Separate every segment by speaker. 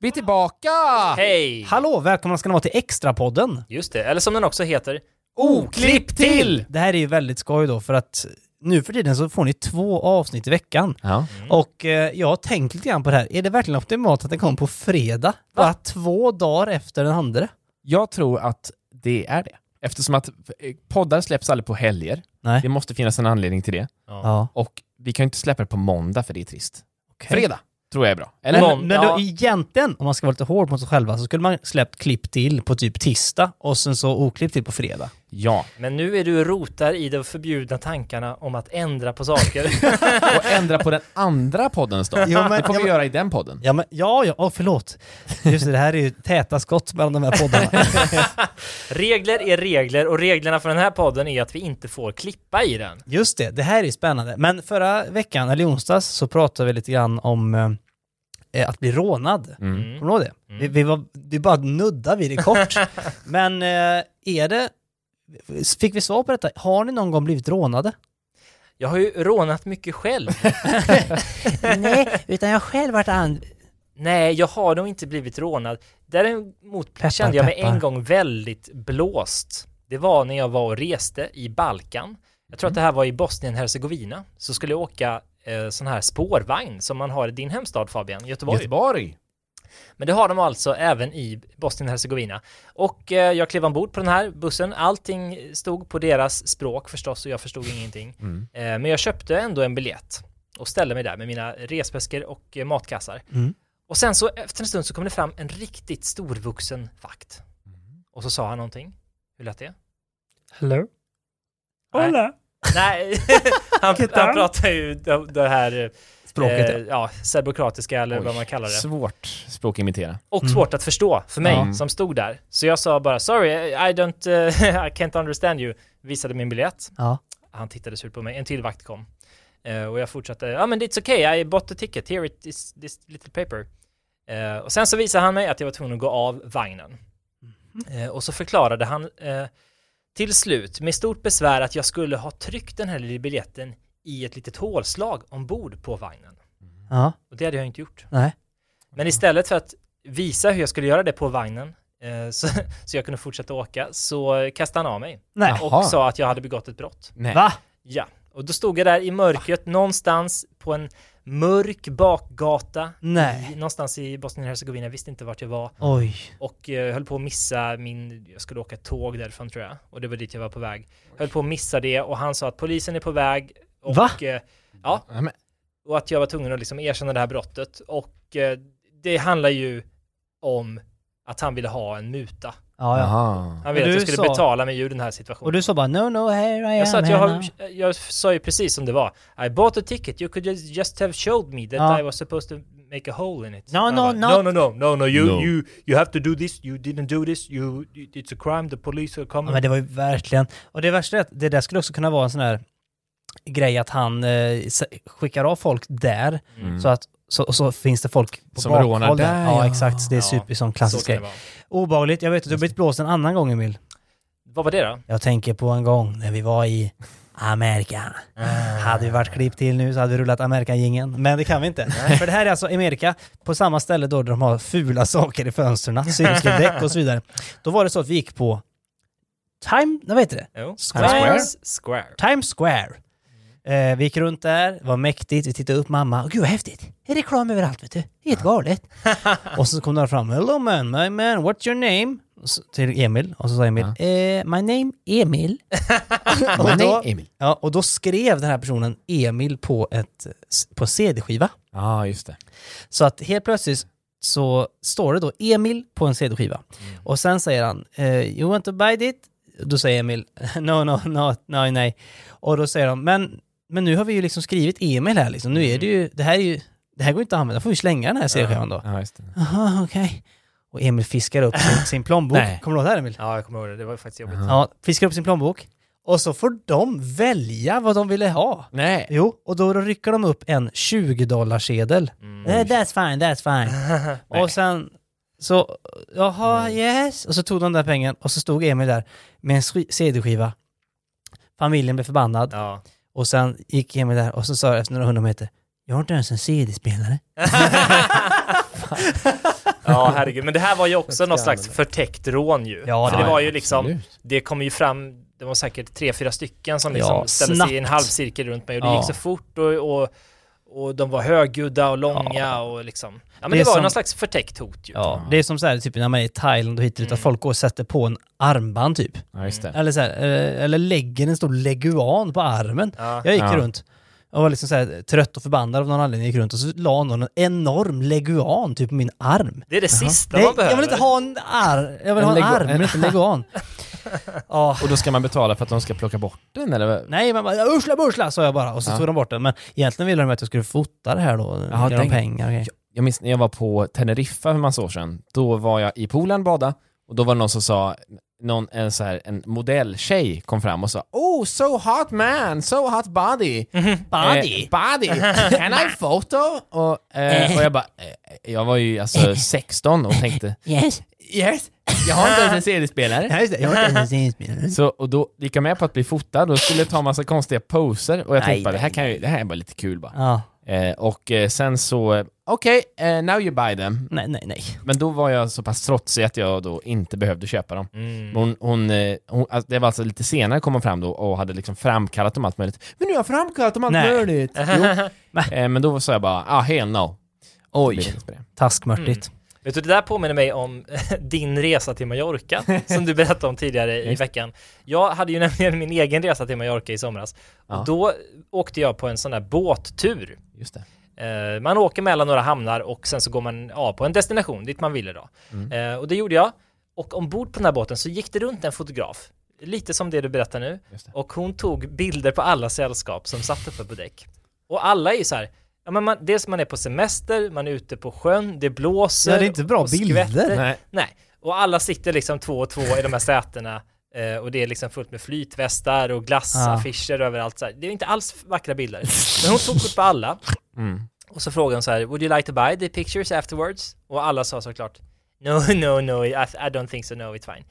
Speaker 1: Vi är tillbaka!
Speaker 2: Ah. Hej!
Speaker 3: Hallå, välkomna ska ni vara till Extrapodden.
Speaker 2: Just det, eller som den också heter, Oklipp till!
Speaker 3: Det här är ju väldigt skoj då för att nu för tiden så får ni två avsnitt i veckan.
Speaker 1: Ja.
Speaker 3: Och eh, jag har tänkt lite grann på det här. Är det verkligen optimalt att det kom på fredag? Bara två dagar efter den andra?
Speaker 1: Jag tror att det är det. Eftersom att eh, poddar släpps aldrig på helger.
Speaker 3: Nej.
Speaker 1: Det måste finnas en anledning till det.
Speaker 3: Ja.
Speaker 1: Och vi kan ju inte släppa det på måndag för det är trist.
Speaker 3: okej.
Speaker 1: Fredag tror jag är bra. Eller?
Speaker 3: Men,
Speaker 2: Någon-
Speaker 3: men då
Speaker 2: ja.
Speaker 3: egentligen, om man ska vara lite hård mot sig själva, så skulle man släppt klipp till på typ tisdag och sen så oklippt till på fredag.
Speaker 1: Ja.
Speaker 2: Men nu är du rotar i de förbjudna tankarna om att ändra på saker.
Speaker 1: Och ändra på den andra poddens dag.
Speaker 3: Jo, men-
Speaker 1: det får vi
Speaker 3: ja, men-
Speaker 1: göra i den podden.
Speaker 3: Ja, men, ja, ja, åh, förlåt. Just det, det här är ju täta skott mellan de här poddarna.
Speaker 2: regler är regler och reglerna för den här podden är att vi inte får klippa i den.
Speaker 3: Just det, det här är spännande. Men förra veckan, eller i onsdags, så pratade vi lite grann om eh, att bli rånad.
Speaker 1: Mm.
Speaker 3: Kommer du ihåg det? Vi, vi, var, vi bara nuddade vid det kort. Men eh, är det... Fick vi svar på detta? Har ni någon gång blivit rånade?
Speaker 2: Jag har ju rånat mycket själv.
Speaker 3: Nej, utan jag har själv varit an...
Speaker 2: Nej, jag har nog inte blivit rånad. Däremot
Speaker 3: Peppar,
Speaker 2: kände jag mig
Speaker 3: peppar.
Speaker 2: en gång väldigt blåst. Det var när jag var och reste i Balkan. Jag tror att det här var i Bosnien-Hercegovina. Så skulle jag åka eh, sån här spårvagn som man har i din hemstad Fabian, Göteborg.
Speaker 1: Göteborg.
Speaker 2: Men det har de alltså även i Bosnien-Hercegovina. Och eh, jag klev ombord på den här bussen. Allting stod på deras språk förstås och jag förstod ingenting.
Speaker 1: Mm.
Speaker 2: Eh, men jag köpte ändå en biljett och ställde mig där med mina resväskor och eh, matkassar.
Speaker 3: Mm.
Speaker 2: Och sen så efter en stund så kom det fram en riktigt storvuxen vakt. Och så sa han någonting. Hur lät det?
Speaker 3: Hello?
Speaker 2: Nej.
Speaker 3: Hola.
Speaker 2: Nej, han, han pratar ju det det här
Speaker 3: Språket,
Speaker 2: eh, ja, serbokratiska eller
Speaker 1: Oj,
Speaker 2: vad man kallar det.
Speaker 1: Svårt språk imitera.
Speaker 2: och svårt att förstå för mig
Speaker 1: Ja.
Speaker 2: som stod där. Så jag sa bara “Sorry, I don't, eh, I can't understand you”, visade min biljett.
Speaker 3: Ja.
Speaker 2: Han tittade surt på mig, en till vakt kom. Eh, och jag fortsatte “Ja men it's okay, I bought the ticket, here it is this little paper”. Eh, och sen så visade han mig att jag var tvungen att gå av vagnen. Eh, och så förklarade han eh, till slut med stort besvär att jag skulle ha tryckt den här lilla biljetten i ett litet hålslag ombord på vagnen.
Speaker 3: Ja.
Speaker 2: Och det hade jag inte gjort.
Speaker 3: Nej.
Speaker 2: Men istället för att visa hur jag skulle göra det på vagnen, eh, så, så jag kunde fortsätta åka, så kastade han av mig.
Speaker 3: Nej.
Speaker 2: Och
Speaker 1: Jaha.
Speaker 2: sa att jag hade begått ett brott.
Speaker 1: Nej.
Speaker 3: Va?
Speaker 2: Ja. Och då stod jag där i mörkret någonstans på en mörk bakgata.
Speaker 3: Nej.
Speaker 2: I, någonstans i Bosnien-Hercegovina, jag visste inte vart jag var.
Speaker 3: Oj.
Speaker 2: Och eh, höll på att missa min, jag skulle åka tåg därifrån tror jag. Och det var dit jag var på väg. Höll på att missa det och han sa att polisen är på väg. Och,
Speaker 3: Va?
Speaker 2: eh, Ja,
Speaker 1: Nej, men-
Speaker 2: och att jag var tvungen att liksom erkänna det här brottet. Och eh, det handlar ju om att han ville ha en muta.
Speaker 3: Ja, ja.
Speaker 1: Aha.
Speaker 2: Han ville
Speaker 3: Men
Speaker 2: att jag
Speaker 3: du
Speaker 2: skulle
Speaker 3: sa-
Speaker 2: betala mig ur den här
Speaker 3: Och
Speaker 2: situationen.
Speaker 3: du sa bara no, no, here I am.
Speaker 2: jag sa att jag,
Speaker 3: here
Speaker 2: har,
Speaker 3: now."
Speaker 2: jag sa ju precis som det var. I bought a ticket, you could just, just have showed me that
Speaker 3: Ja.
Speaker 2: I was supposed to make a hole in it.
Speaker 3: No,
Speaker 2: Han
Speaker 3: no,
Speaker 2: bara,
Speaker 3: not-
Speaker 2: no, no, no, no, no, you,
Speaker 1: No.
Speaker 2: you, you have to do this, you didn't do this, you, it's a crime, the police are
Speaker 3: Ja,
Speaker 2: coming.
Speaker 3: men det var ju verkligen, och det värsta är att det där skulle också kunna vara en sån här grej att han eh, s- skickar av folk där,
Speaker 1: Mm.
Speaker 3: så att så, och så finns det folk på
Speaker 1: Som
Speaker 3: bakhåll
Speaker 1: rånar där,
Speaker 3: Ja,
Speaker 1: ja.
Speaker 3: exakt. Det är
Speaker 2: Ja,
Speaker 3: super, sån
Speaker 2: Så
Speaker 3: klassisk
Speaker 2: kan det
Speaker 3: grej.
Speaker 2: vara.
Speaker 3: Obehagligt. Jag vet att du har blivit blåst en annan gång, Emil.
Speaker 2: Vad var det då?
Speaker 3: Jag tänker på en gång när vi var i Amerika. Hade vi varit klipp till nu så hade vi rullat Amerika-gingen. Men det kan vi inte. För det här är alltså Amerika, på samma ställe då där de har fula saker i fönstren, synskadäck och så vidare. Då var det så att vi gick på Time, vad heter det?
Speaker 2: Jo.
Speaker 3: Square.
Speaker 2: Square.
Speaker 3: Times Square. Eh, vi gick runt där, var mäktigt, vi tittade upp mamma. Åh, Gud vad häftigt! Det är reklam överallt vet du. Helt galet. och så kom några fram. Hello man, my man, what's your name? Och så, till Emil. Och så sa Emil, eh, my name Emil.
Speaker 1: Men
Speaker 3: då-
Speaker 1: nej, Emil.
Speaker 3: Ja, och då skrev den här personen Emil på, ett, på CD-skiva.
Speaker 1: Ja, just det.
Speaker 3: Så att helt plötsligt så står det då Emil på en CD-skiva.
Speaker 1: Mm.
Speaker 3: Och sen säger han, eh, you want to buy it? Då säger Emil, no, no, no, nej, nej. Och då säger de, men, men nu har vi ju liksom skrivit Emil här liksom. Nu är det ju, det här är ju, det här går inte att använda, får vi slänga den här CD-skivan då.
Speaker 1: Mm. Ja, just det.
Speaker 3: Jaha, okej. Och Emil fiskar upp sin, sin plånbok.
Speaker 1: Nej.
Speaker 3: Kommer du ihåg det här Emil?
Speaker 2: Ja, jag kommer ihåg det. Det var ju faktiskt jobbigt.
Speaker 1: Ja.
Speaker 3: Ja, fiskar upp sin plånbok. Och så får de välja vad de ville ha.
Speaker 1: Nej.
Speaker 3: Jo, och då rycker de upp en 20-dollarsedel.
Speaker 2: Mm.
Speaker 3: Mm. That's fine, that's fine. och sen så, jaha, yes. Och så tog de den där pengen och så stod Emil där med en sk- CD-skiva. Familjen blev förbannad
Speaker 2: Ja.
Speaker 3: och sen gick Emil där och så sa jag efter några hundra meter, jag har inte ens en CD-spelare.
Speaker 2: ja, herregud. Men det här var ju också något
Speaker 3: Jävlar.
Speaker 2: slags förtäckt rån ju.
Speaker 3: Ja,
Speaker 2: För
Speaker 3: det
Speaker 2: det var
Speaker 3: var
Speaker 2: ju liksom,
Speaker 1: Absolut.
Speaker 2: det kom ju fram, det var säkert tre, fyra stycken som liksom
Speaker 3: Ja,
Speaker 2: ställde sig i en
Speaker 3: snabbt.
Speaker 2: halv cirkel runt mig och det
Speaker 3: Ja.
Speaker 2: gick så fort och, och, och de var högljudda och långa och liksom. Ja, men det,
Speaker 3: Det är
Speaker 2: var ju
Speaker 3: som-
Speaker 2: någon slags förtäckt hot ju.
Speaker 3: Ja, det är som så här, typ när man är i Thailand och hittar ut att folk går och sätter på en armband typ.
Speaker 1: Ja, just det.
Speaker 3: Eller, så här, eh, eller lägger en stor leguan på armen.
Speaker 2: Ja.
Speaker 3: Jag gick
Speaker 1: Ja.
Speaker 3: runt och var liksom så här, trött och förbannad av någon anledning. gick runt och så la någon en enorm leguan typ på min arm.
Speaker 2: Det är det sista
Speaker 3: Nej,
Speaker 2: man behöver.
Speaker 3: jag vill inte ha en arm. Jag vill
Speaker 1: En
Speaker 3: ha en
Speaker 1: legu-
Speaker 3: arm, men inte en leguan. Ja.
Speaker 1: Och då ska man betala för att de ska plocka bort den eller? vad?
Speaker 3: Nej, man bara ursla bursla sa jag bara och så
Speaker 1: Ja.
Speaker 3: tog de bort den. Men egentligen ville de att jag skulle fota det här då.
Speaker 1: Ja,
Speaker 3: Ja, de
Speaker 1: tänk-
Speaker 3: pengar och grejer.
Speaker 1: Jag minns när jag var på Teneriffa för massa år sedan. Då var jag i poolen bada och då var det någon som sa, någon, en, så här, en modelltjej kom fram och sa Oh, so hot man, so hot body.
Speaker 3: Mm. Body!
Speaker 1: Eh, body! Can I photo? Och, eh, och jag bara, eh, jag var ju alltså 16 och tänkte
Speaker 3: Yes!
Speaker 1: eh, Yes, jag har inte ens en CD-spelare.
Speaker 3: Ja, just det. Jag har inte ens en spelare.
Speaker 1: Så, och då gick jag med på att bli fotad och skulle ta massa konstiga poser och jag
Speaker 3: Nej,
Speaker 1: tänkte bara, det
Speaker 3: nej,
Speaker 1: här, kan ju, det här är bara lite kul bara.
Speaker 3: Ja.
Speaker 1: Eh, och eh, sen så, eh, okej, eh, now you buy them.
Speaker 3: Nej, nej, nej.
Speaker 1: Men då var jag så pass trotsig att jag då inte behövde köpa dem.
Speaker 2: Mm.
Speaker 1: Hon, hon, eh, hon, alltså, det var alltså lite senare kom hon fram då och hade liksom framkallat dem allt möjligt. Men nu har jag framkallat dem allt
Speaker 3: Nej.
Speaker 1: möjligt! Jo. eh, men då sa jag bara, ah, hell no.
Speaker 3: Oj.
Speaker 1: Det blir inte på det.
Speaker 3: Taskmörtigt.
Speaker 1: Mm.
Speaker 2: Vet du, det där påminner mig om din resa till Mallorca, som du berättade om tidigare i
Speaker 1: Just.
Speaker 2: veckan. Jag hade ju nämligen min egen resa till Mallorca i somras.
Speaker 1: Ja.
Speaker 2: Och då åkte jag på en sån där båttur.
Speaker 1: Just det.
Speaker 2: Eh, man åker mellan några hamnar och sen så går man ja, på en destination dit man ville då.
Speaker 3: Mm.
Speaker 2: Eh, och det gjorde jag. Och ombord på den här båten så gick det runt en fotograf. Lite som det du berättar nu.
Speaker 1: Just det.
Speaker 2: Och hon tog bilder på alla sällskap som satt uppe på däck. Och alla är ju så här, ja, men man, dels man är på semester, man är ute på sjön, det blåser.
Speaker 3: Ja, det är inte bra
Speaker 2: och skvätter.
Speaker 3: bilder.
Speaker 1: Nej.
Speaker 2: Nej, och alla sitter liksom två och två i de här sätena. eh, Och det är liksom fullt med flytvästar och glassaffischer överallt. Så här. Det är inte alls vackra bilder. Men hon tog kort på alla.
Speaker 1: Mm.
Speaker 2: Och så frågade hon så här, would you like to buy the pictures afterwards? Och alla sa såklart, no, no, no, I, I don't think so, no, it's fine.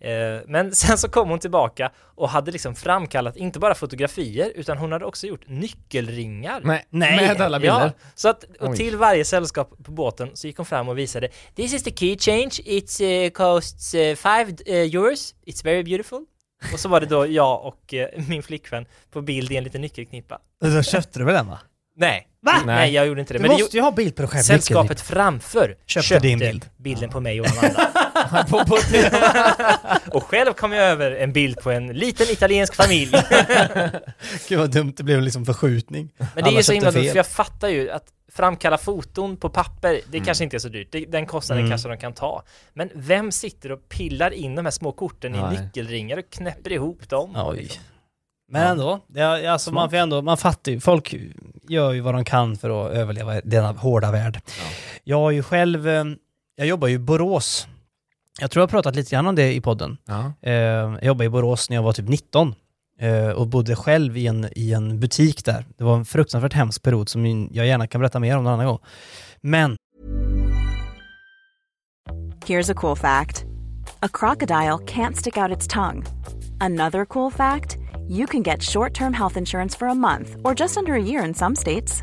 Speaker 2: Eh, Men sen så kom hon tillbaka och hade liksom framkallat inte bara fotografier utan hon hade också gjort nyckelringar.
Speaker 1: Nej.
Speaker 3: Nej.
Speaker 1: Med alla bilder.
Speaker 2: Ja, så att, och
Speaker 1: Oj.
Speaker 2: till varje sällskap på båten så gick hon fram och visade This is the key change, it eh, costs eh, five eh, euros, it's very beautiful. Och så var det då jag och eh, min flickvän på bild i en liten nyckelknippa.
Speaker 3: Då köpte du väl den va?
Speaker 2: Nej.
Speaker 3: Va?
Speaker 2: Nej, jag gjorde inte det.
Speaker 3: Du
Speaker 2: men det
Speaker 3: måste ju ha bild på dig själv.
Speaker 2: Sällskapet framför köpte,
Speaker 3: Köpte din bild.
Speaker 2: bilden på mig och Amanda.
Speaker 1: på, på
Speaker 2: och själv kom jag över en bild på en liten italiensk familj.
Speaker 3: Gud vad dumt det blev liksom förskjutning.
Speaker 2: Men det är
Speaker 3: Alla
Speaker 2: ju så himla
Speaker 3: köpte
Speaker 2: dumt,
Speaker 3: fel.
Speaker 2: för jag fattar ju att framkalla foton på papper, det kanske inte är så dyrt. Det- Den kostnaden
Speaker 3: Mm.
Speaker 2: kanske de kan ta. Men vem sitter och pillar in de här små korten i
Speaker 1: Nej.
Speaker 2: nyckelringar och knäpper ihop dem?
Speaker 3: Oj. Men ändå, det, är- alltså man, får ändå, man fattar ju, folk gör ju vad de kan för att överleva i denna hårda värld. Jag har ju själv, eh, jag jobbar ju i Borås. Jag tror jag har pratat lite grann om det i podden.
Speaker 1: ja.
Speaker 3: Eh, Jag jobbade i Borås när jag var typ 19 eh, och bodde själv i en, i en butik där. Det var en fruktansvärt hemsk period som jag gärna kan berätta mer om någon annan gång. Men
Speaker 4: Here's a cool fact a crocodile can't stick out its tongue. Another cool fact you can get short term health insurance for a month or just under a year in some states.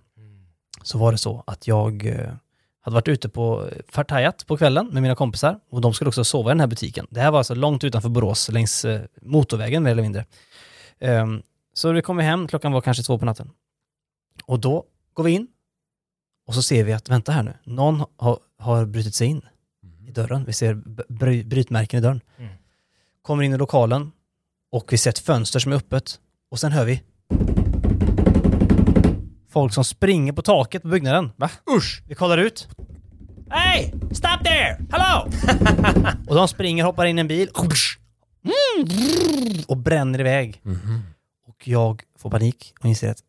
Speaker 3: så var det så att jag eh, hade varit ute på eh, Fartajat på kvällen med mina kompisar och de skulle också sova i den här butiken. Det här var alltså långt utanför Borås, längs eh, motorvägen mer eller mindre. Ehm, så vi kommer hem, klockan var kanske två på natten. Och då går vi in och så ser vi att, vänta här nu, någon har, har brutit sig in i dörren. Vi ser b- bry, brytmärken i dörren.
Speaker 2: Mm.
Speaker 3: Kommer in i lokalen och vi ser ett fönster som är öppet och sen hör vi folk som springer på taket på byggnaden. Va? Usch! Vi kollar ut. Hey! Stop there! Hello! och de springer, hoppar in i en bil Mm. och bränner iväg. Och jag får panik och inser att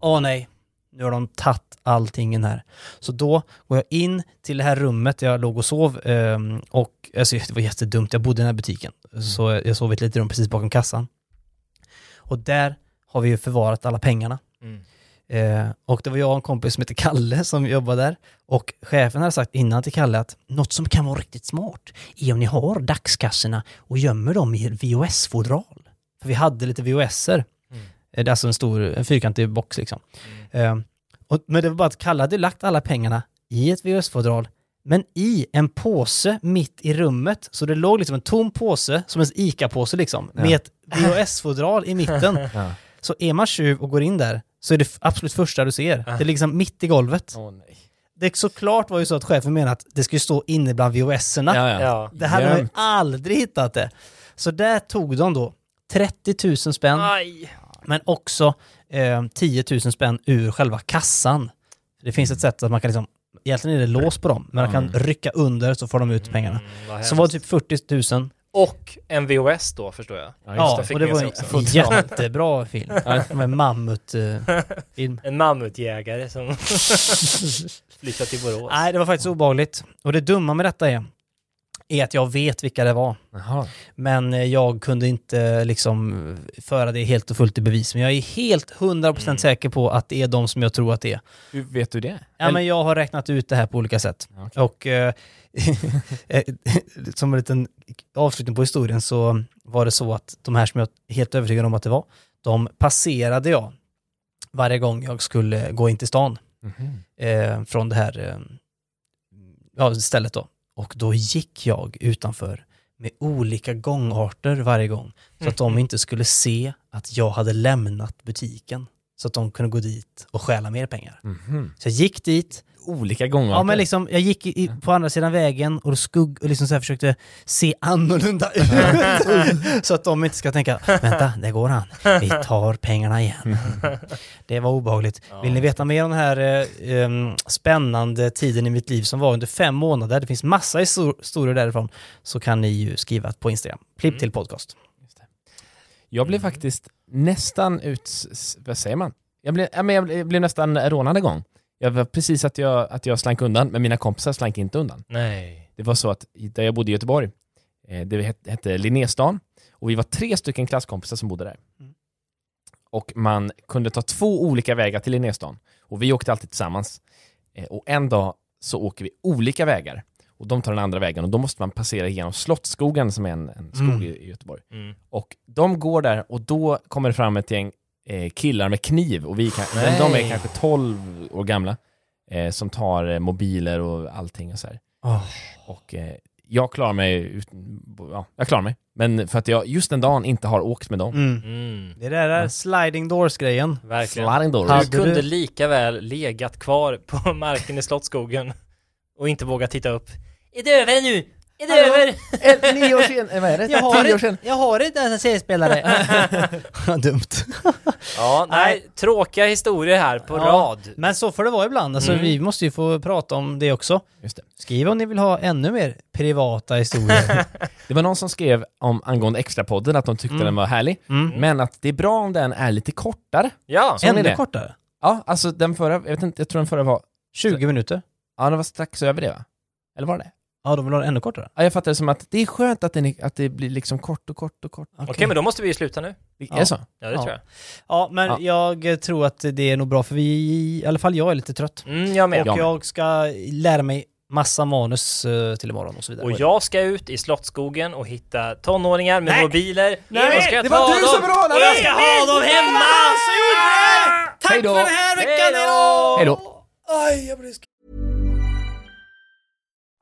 Speaker 3: åh nej, nu har de tagit alltingen här. Så då går jag in till det här rummet där jag låg och sov ehm, och alltså, det var jättedumt, jag bodde i den här butiken. Så jag sov i ett litet rum precis bakom kassan. Och där har vi ju förvarat alla pengarna.
Speaker 2: Mm.
Speaker 3: Eh, och det var jag och en kompis som heter Kalle som jobbade där. Och chefen hade sagt innan till Kalle att något som kan vara riktigt smart är om ni har dagskassorna och gömmer dem i VHS-fodral. För vi hade lite VHS-er.
Speaker 1: Mm.
Speaker 3: Eh, Det är alltså en stor, en fyrkantig box liksom. Eh, och, men det var bara att Kalle hade lagt alla pengarna i ett VHS-fodral, men i en påse mitt i rummet. Så det låg liksom en tom påse, som en ICA-påse liksom, med ett VHS-fodral i mitten. Så är man tjuv och går in där, så är det f- absolut första du ser. Det är liksom mitt i golvet.
Speaker 1: Åh nej.
Speaker 3: Det såklart var ju så att chefen menade att det skulle stå inne bland VHS-erna.
Speaker 1: Ja, ja.
Speaker 2: Ja.
Speaker 3: Det hade man ju
Speaker 1: Jämt.
Speaker 3: aldrig hittat det. Så där tog de då 30 000 spänn,
Speaker 2: Aj.
Speaker 3: men också eh, 10 000 spänn ur själva kassan. Det finns ett sätt att man kan liksom, egentligen är det lås på dem, men man kan rycka under så får de
Speaker 2: Mm.
Speaker 3: ut pengarna.
Speaker 2: vad hemskt.
Speaker 3: Så var det typ 40 000.
Speaker 2: Och en VHS då förstår jag.
Speaker 3: Ja,
Speaker 2: det, fick
Speaker 3: och det
Speaker 2: jag
Speaker 3: var
Speaker 2: se
Speaker 3: en
Speaker 2: också.
Speaker 3: jättebra film. Det var en eh. mammutfilm.
Speaker 2: En mammutjägare som flyttar till Borås.
Speaker 3: Nej, det var faktiskt obehagligt. Och det dumma med detta är, är att jag vet vilka det var.
Speaker 1: Jaha.
Speaker 3: Men eh, jag kunde inte eh, liksom föra det helt och fullt i bevis. Men jag är helt 100% säker på att det är de som jag tror att det är.
Speaker 1: Hur vet du det?
Speaker 3: Ja, men jag har räknat ut det här på olika sätt.
Speaker 1: Okej.
Speaker 3: Och eh, eh, som en liten avslutning på historien så var det så att de här som jag är helt övertygad om att det var, de passerade jag varje gång jag skulle gå in till stan
Speaker 1: Mhm.
Speaker 3: eh, från det här eh, ja, stället då. Och då gick jag utanför med olika gångarter varje gång. Så att de inte skulle se att jag hade lämnat butiken. Så att de kunde gå dit och stjäla mer pengar.
Speaker 1: Mhm.
Speaker 3: Så jag gick dit,
Speaker 1: Olika gånger.
Speaker 3: ja, men liksom, jag gick i, i- på andra sidan vägen och, skugg, och liksom så här försökte se annorlunda ut. så att de inte ska tänka, vänta, där går han. Vi tar pengarna igen. Det var obehagligt. Vill ni veta mer om den här eh, em, spännande tiden i mitt liv som var under fem månader, det finns massa histor- historier därifrån, så kan ni ju skriva på Instagram. Klipp till podcast.
Speaker 1: Jag blev faktiskt nästan uts... Vad säger man? Jag blev, ja, men jag blev, jag blev nästan rånad en gång. Jag var precis att jag, att jag slank undan, men mina kompisar slank inte undan.
Speaker 2: Nej.
Speaker 1: Det var så att i- där jag bodde i Göteborg, eh, det het- hette Linnéstan, och vi var tre stycken klasskompisar som bodde där. Och man kunde ta två olika vägar till Linnéstan. Och vi åkte alltid tillsammans. Eh, Och en dag så åker vi olika vägar. Och de tar den andra vägen och då måste man passera genom Slottsskogen som är en, en skog i i Göteborg.
Speaker 2: Mm.
Speaker 1: Och de går där och då kommer det fram ett gäng eh, killar med kniv och vi kan, men de är
Speaker 2: Nej.
Speaker 1: kanske 12 år gamla eh, som tar eh, mobiler och allting och så här. Och eh, jag klarar mig, ut, ja, jag klarar mig. Men för att jag just den dagen inte har åkt med dem.
Speaker 3: Mm.
Speaker 2: Mm.
Speaker 3: Det där är sliding doors-grejen.
Speaker 2: Verkligen.
Speaker 1: Sliding doors.
Speaker 2: Du
Speaker 3: Hade
Speaker 2: kunde
Speaker 3: du-
Speaker 2: lika väl legat kvar på marken i Slottsskogen och inte vågat titta upp. Är det över nu? Är det över?
Speaker 1: Nio år sen, vad är det?
Speaker 3: Jag har, inte, jag har inte ens en CD-spelare. Dumt.
Speaker 2: Ja, nej, tråkiga historier här på
Speaker 3: Ja,
Speaker 2: rad.
Speaker 3: Men så får det vara ibland. Alltså, Vi måste ju få prata om det också.
Speaker 1: Just det.
Speaker 3: Skriv om ni vill ha ännu mer privata historier.
Speaker 1: det var någon som skrev om angående extrapodden att de tyckte den var härlig, men att det är bra om den är lite kortare.
Speaker 2: Ja,
Speaker 1: Mm. Så- Tror ni
Speaker 3: Mm. ännu
Speaker 1: det?
Speaker 3: kortare.
Speaker 1: Ja, alltså den förra, jag, vet inte, jag tror den förra var
Speaker 3: 20 minuter.
Speaker 1: Ja, det var strax över det va? Eller var det
Speaker 3: Ja, de vill ha det ännu kortare.
Speaker 1: ja, Jag fattar det som att det är skönt att, den är, att det blir liksom kort och kort och kort.
Speaker 2: Okej, men då måste vi ju sluta nu.
Speaker 1: Är det så?
Speaker 2: Ja, det
Speaker 3: Ja.
Speaker 2: tror jag.
Speaker 3: Ja, men jag tror att det är nog bra för vi, i alla fall jag är lite trött.
Speaker 2: Mm, jag med.
Speaker 3: Och jag ska lära mig massa manus eh, till imorgon och så vidare.
Speaker 2: Och jag ska ut i Slottsskogen och hitta tonåringar med mobiler.
Speaker 3: Nej,
Speaker 2: Och ska jag
Speaker 1: det var
Speaker 2: ta
Speaker 1: du
Speaker 2: dem.
Speaker 1: som rånade!
Speaker 2: Och jag ska ha dem hemma! Så gjorde jag!
Speaker 1: Tack för den här
Speaker 2: veckan, hej då!
Speaker 1: Hej då!